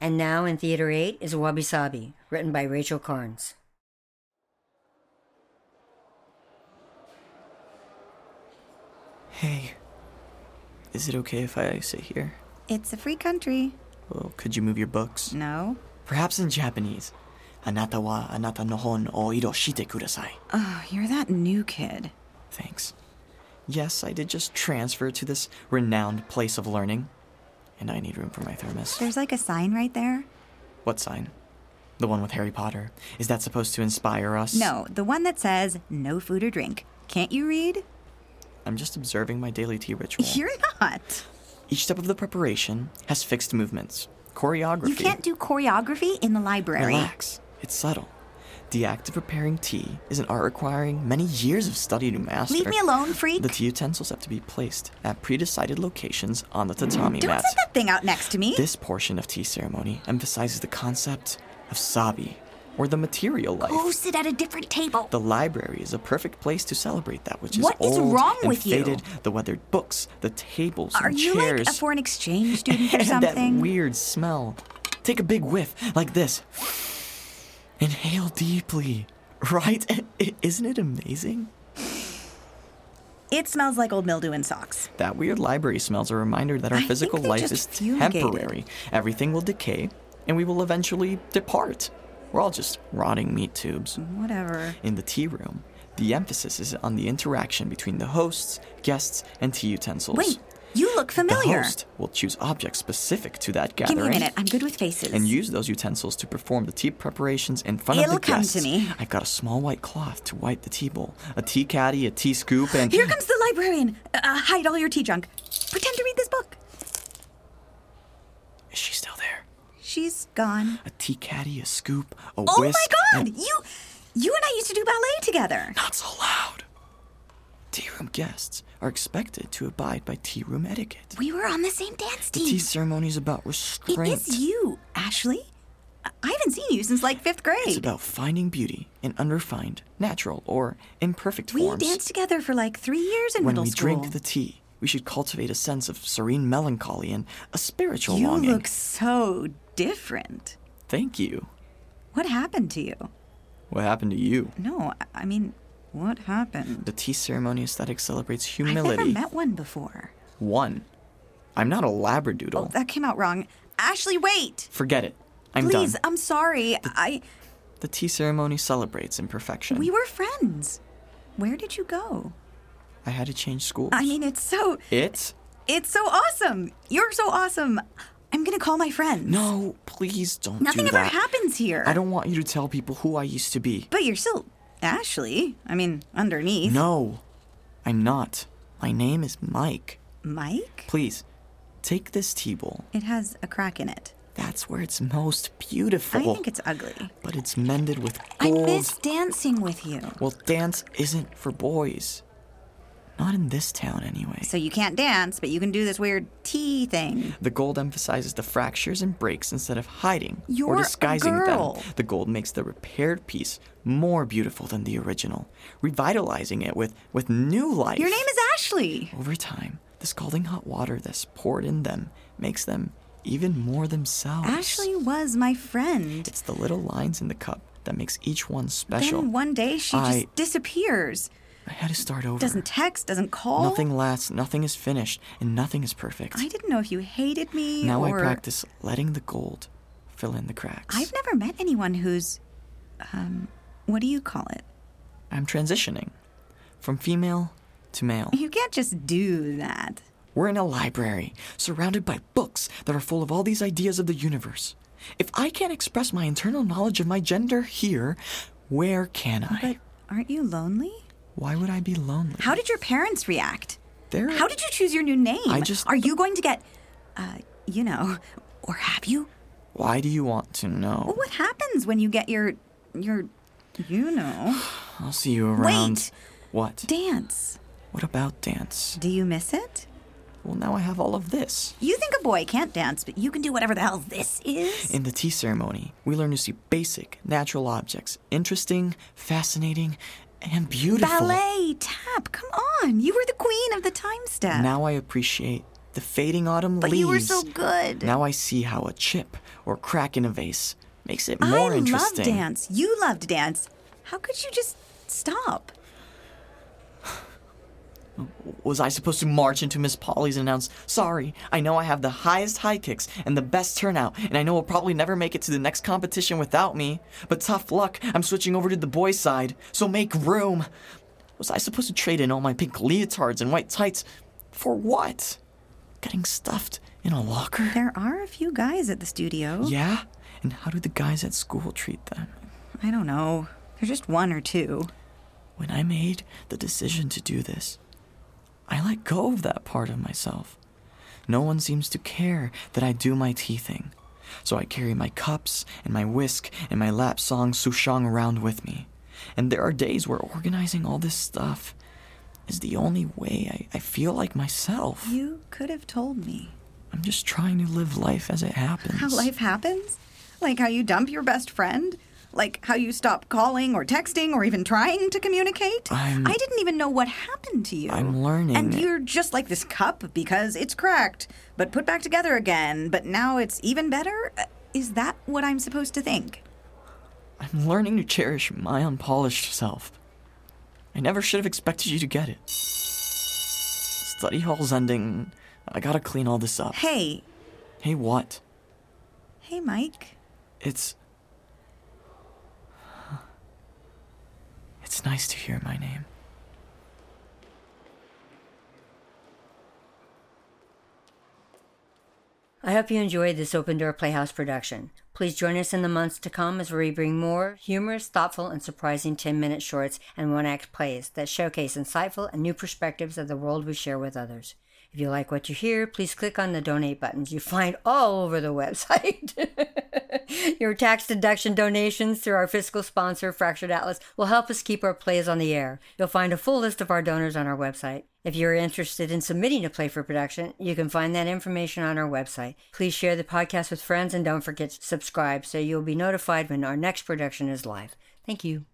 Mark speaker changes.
Speaker 1: And now in Theater 8 is Wabi Sabi, written by Rachel Carnes.
Speaker 2: Hey, is it okay if I sit here?
Speaker 3: It's a free country.
Speaker 2: Well, could you move your books?
Speaker 3: No.
Speaker 2: Perhaps in Japanese. Anata wa anata no hon o iroshite kudasai.
Speaker 3: Oh, you're that new kid.
Speaker 2: Thanks. Yes, I did just transfer to this renowned place of learning. And I need room for my thermos.
Speaker 3: There's like a sign right there.
Speaker 2: What sign? The one with Harry Potter. Is that supposed to inspire us?
Speaker 3: No, the one that says no food or drink. Can't you read?
Speaker 2: I'm just observing my daily tea ritual.
Speaker 3: You're not.
Speaker 2: Each step of the preparation has fixed movements, choreography.
Speaker 3: You can't do choreography in the library.
Speaker 2: Relax. It's subtle. The act of preparing tea is an art requiring many years of study to master.
Speaker 3: Leave me alone, freak.
Speaker 2: The tea utensils have to be placed at pre-decided locations on the tatami
Speaker 3: Don't
Speaker 2: mat.
Speaker 3: set that thing out next to me.
Speaker 2: This portion of tea ceremony emphasizes the concept of sabi, or the material life.
Speaker 3: Go sit at a different table.
Speaker 2: The library is a perfect place to celebrate that which is
Speaker 3: What is
Speaker 2: old
Speaker 3: wrong
Speaker 2: and
Speaker 3: with you?
Speaker 2: faded. The weathered books, the tables,
Speaker 3: Are
Speaker 2: and
Speaker 3: you
Speaker 2: chairs,
Speaker 3: like a foreign exchange student or
Speaker 2: and that
Speaker 3: something?
Speaker 2: weird smell. Take a big whiff like this. Inhale deeply. Right? I- Isn't it amazing?
Speaker 3: It smells like old mildew and socks.
Speaker 2: That weird library smell's a reminder that
Speaker 3: I
Speaker 2: our
Speaker 3: think
Speaker 2: physical
Speaker 3: they
Speaker 2: life
Speaker 3: just
Speaker 2: is
Speaker 3: fumigated.
Speaker 2: temporary. Everything will decay, and we will eventually depart. We're all just rotting meat tubes.
Speaker 3: Mm-hmm. Whatever.
Speaker 2: In the tea room, the emphasis is on the interaction between the hosts, guests, and tea utensils.
Speaker 3: Wait, you look
Speaker 2: the
Speaker 3: familiar.
Speaker 2: host will choose objects specific to that
Speaker 3: Give
Speaker 2: gathering.
Speaker 3: me a minute. I'm good with faces.
Speaker 2: and use those utensils to perform the tea preparations in front
Speaker 3: It'll
Speaker 2: of the
Speaker 3: come to
Speaker 2: guests.
Speaker 3: me.
Speaker 2: I've got a small white cloth to wipe the tea bowl, a tea caddy, a tea scoop, and
Speaker 3: Here comes the librarian. Uh, Uh, hide all your tea junk. Pretend to read this book.
Speaker 2: is she still there?
Speaker 3: She's gone.
Speaker 2: A tea caddy, a scoop, a
Speaker 3: Oh
Speaker 2: whisk.
Speaker 3: my
Speaker 2: and-
Speaker 3: god! You, you and I used to do ballet together.
Speaker 2: Not so loud. Tea room guests are expected to abide by tea room etiquette.
Speaker 3: We were on the same dance
Speaker 2: The tea
Speaker 3: team.
Speaker 2: ceremony is about
Speaker 3: It
Speaker 2: restraint.
Speaker 3: is you, Ashley. I I haven't seen you since like fifth
Speaker 2: It's
Speaker 3: grade.
Speaker 2: about finding beauty in unrefined, natural, or imperfect
Speaker 3: We
Speaker 2: forms.
Speaker 3: danced together for like three years in
Speaker 2: when
Speaker 3: middle
Speaker 2: we
Speaker 3: school.
Speaker 2: drink the tea, we should cultivate a sense of serene melancholy and a spiritual
Speaker 3: you
Speaker 2: longing.
Speaker 3: look so different.
Speaker 2: Thank you.
Speaker 3: What happened to you?
Speaker 2: What happened to you?
Speaker 3: No, I- I mean, what happened?
Speaker 2: The tea ceremony aesthetic celebrates
Speaker 3: I've
Speaker 2: humility.
Speaker 3: never met one before.
Speaker 2: One. I'm not a labradoodle.
Speaker 3: Oh, that came out wrong. Ashley, wait.
Speaker 2: Forget it. I'm
Speaker 3: Please, uh
Speaker 2: done.
Speaker 3: I'm sorry. I
Speaker 2: The tea ceremony celebrates imperfection.
Speaker 3: we were friends. Where did you go?
Speaker 2: I had to change schools.
Speaker 3: I mean, it's so
Speaker 2: it?
Speaker 3: it's so awesome. You're so awesome. I'm gonna call my friends.
Speaker 2: No, please don't
Speaker 3: nothing
Speaker 2: do
Speaker 3: ever
Speaker 2: that.
Speaker 3: happens here.
Speaker 2: I don't want you to tell people who I used to be.
Speaker 3: But you're still Ashley. I mean, underneath
Speaker 2: No, I'm not. My name is Mike.
Speaker 3: Mike.
Speaker 2: Please, take this tea bowl.
Speaker 3: It has a crack in it.
Speaker 2: That's where it's most beautiful.
Speaker 3: I think it's ugly.
Speaker 2: But it's mended with
Speaker 3: I
Speaker 2: gold.
Speaker 3: miss dancing with you.
Speaker 2: Well, dance isn't for boys. Not in this town, anyway.
Speaker 3: So you can't dance, but you can do this weird tea thing.
Speaker 2: The gold emphasizes the fractures and breaks instead of hiding
Speaker 3: You're
Speaker 2: or
Speaker 3: a
Speaker 2: disguising
Speaker 3: girl.
Speaker 2: them. The gold makes the repaired piece more beautiful than the original, revitalizing it with, with new life.
Speaker 3: Your name is Ashley.
Speaker 2: Over time, the scalding hot water that's poured in them makes them even more themselves.
Speaker 3: Ashley was my friend.
Speaker 2: It's the little lines in the cup that makes each one special.
Speaker 3: Then one day she
Speaker 2: I-
Speaker 3: just disappears.
Speaker 2: I had to start over.
Speaker 3: Doesn't text, doesn't call.
Speaker 2: Nothing lasts, nothing is finished, and nothing is perfect.
Speaker 3: I didn't know if you hated me
Speaker 2: Now
Speaker 3: or
Speaker 2: I practice letting the gold fill in the cracks.
Speaker 3: I've never met anyone who's um what do you call it?
Speaker 2: I'm transitioning from female to male.
Speaker 3: You can't just do that.
Speaker 2: We're in a library, surrounded by books that are full of all these ideas of the universe. If I can't express my internal knowledge of my gender here, where can I?
Speaker 3: But aren't you lonely?
Speaker 2: Why would I be lonely?
Speaker 3: How did your parents react?
Speaker 2: They're-
Speaker 3: How did you choose your new name?
Speaker 2: I just-
Speaker 3: Are you going to get uh, you know, or have you?
Speaker 2: Why do you want to know?
Speaker 3: What happens when you get your your you know,
Speaker 2: I'll see you around.
Speaker 3: Wait.
Speaker 2: What?
Speaker 3: dance?
Speaker 2: What about dance?
Speaker 3: Do you miss it?
Speaker 2: Well, now I have all of this.
Speaker 3: You think a boy can't dance, but you can do whatever the hell this is?
Speaker 2: In the tea ceremony, we learn to see basic, natural objects interesting, fascinating, and beautiful.
Speaker 3: Ballet, tap, come on. You were the queen of the time step.
Speaker 2: Now I appreciate the fading autumn
Speaker 3: but
Speaker 2: leaves.
Speaker 3: you were so good.
Speaker 2: Now I see how a chip or crack in a vase. Makes it
Speaker 3: I
Speaker 2: more
Speaker 3: love
Speaker 2: interesting.
Speaker 3: dance. You love to dance. How could you just stop?
Speaker 2: Was I supposed to march into Miss Polly's and announce, sorry, I know I have the highest high kicks and the best turnout, and I know we'll probably never make it to the next competition without me, but tough luck, I'm switching over to the boys' side, so make room. Was I supposed to trade in all my pink leotards and white tights? For what? Getting stuffed in a locker?
Speaker 3: There are a few guys at the studio.
Speaker 2: Yeah? And how do the guys at school treat them?
Speaker 3: I don't know. There's just one or two.
Speaker 2: When I made the decision to do this, I let go of that part of myself. No one seems to care that I do my tea thing. So I carry my cups and my whisk and my lap song souchong around with me. And there are days where organizing all this stuff is the only way I, I feel like myself.
Speaker 3: You could have told me.
Speaker 2: I'm just trying to live life as it happens.
Speaker 3: How life happens? Like how you dump your best friend? Like how you stop calling or texting or even trying to communicate?
Speaker 2: I'm-
Speaker 3: I did not even know what happened to you.
Speaker 2: I'm learning.
Speaker 3: And you're just like this cup because it's cracked, but put back together again, but now it's even better? Uh, Is that what I'm supposed to think?
Speaker 2: I'm learning to cherish my unpolished self. I never should have expected you to get it. Study hall's ending. I gotta clean all this up.
Speaker 3: Hey,
Speaker 2: Hey, what?
Speaker 3: hey, Mike.
Speaker 2: It's. It's nice to hear my name.
Speaker 1: I hope you enjoyed this Open Door Playhouse production. Please join us in the months to come as we bring more humorous, thoughtful, and surprising 10 minute shorts and one act plays that showcase insightful and new perspectives of the world we share with others. If you like what you hear, please click on the donate buttons you find all over the website. Your tax deduction donations through our fiscal sponsor, Fractured Atlas, will help us keep our plays on the air. You'll find a full list of our donors on our website. If you're interested in submitting a play for production, you can find that information on our website. Please share the podcast with friends and don't forget to subscribe so you'll be notified when our next production is live. Thank you.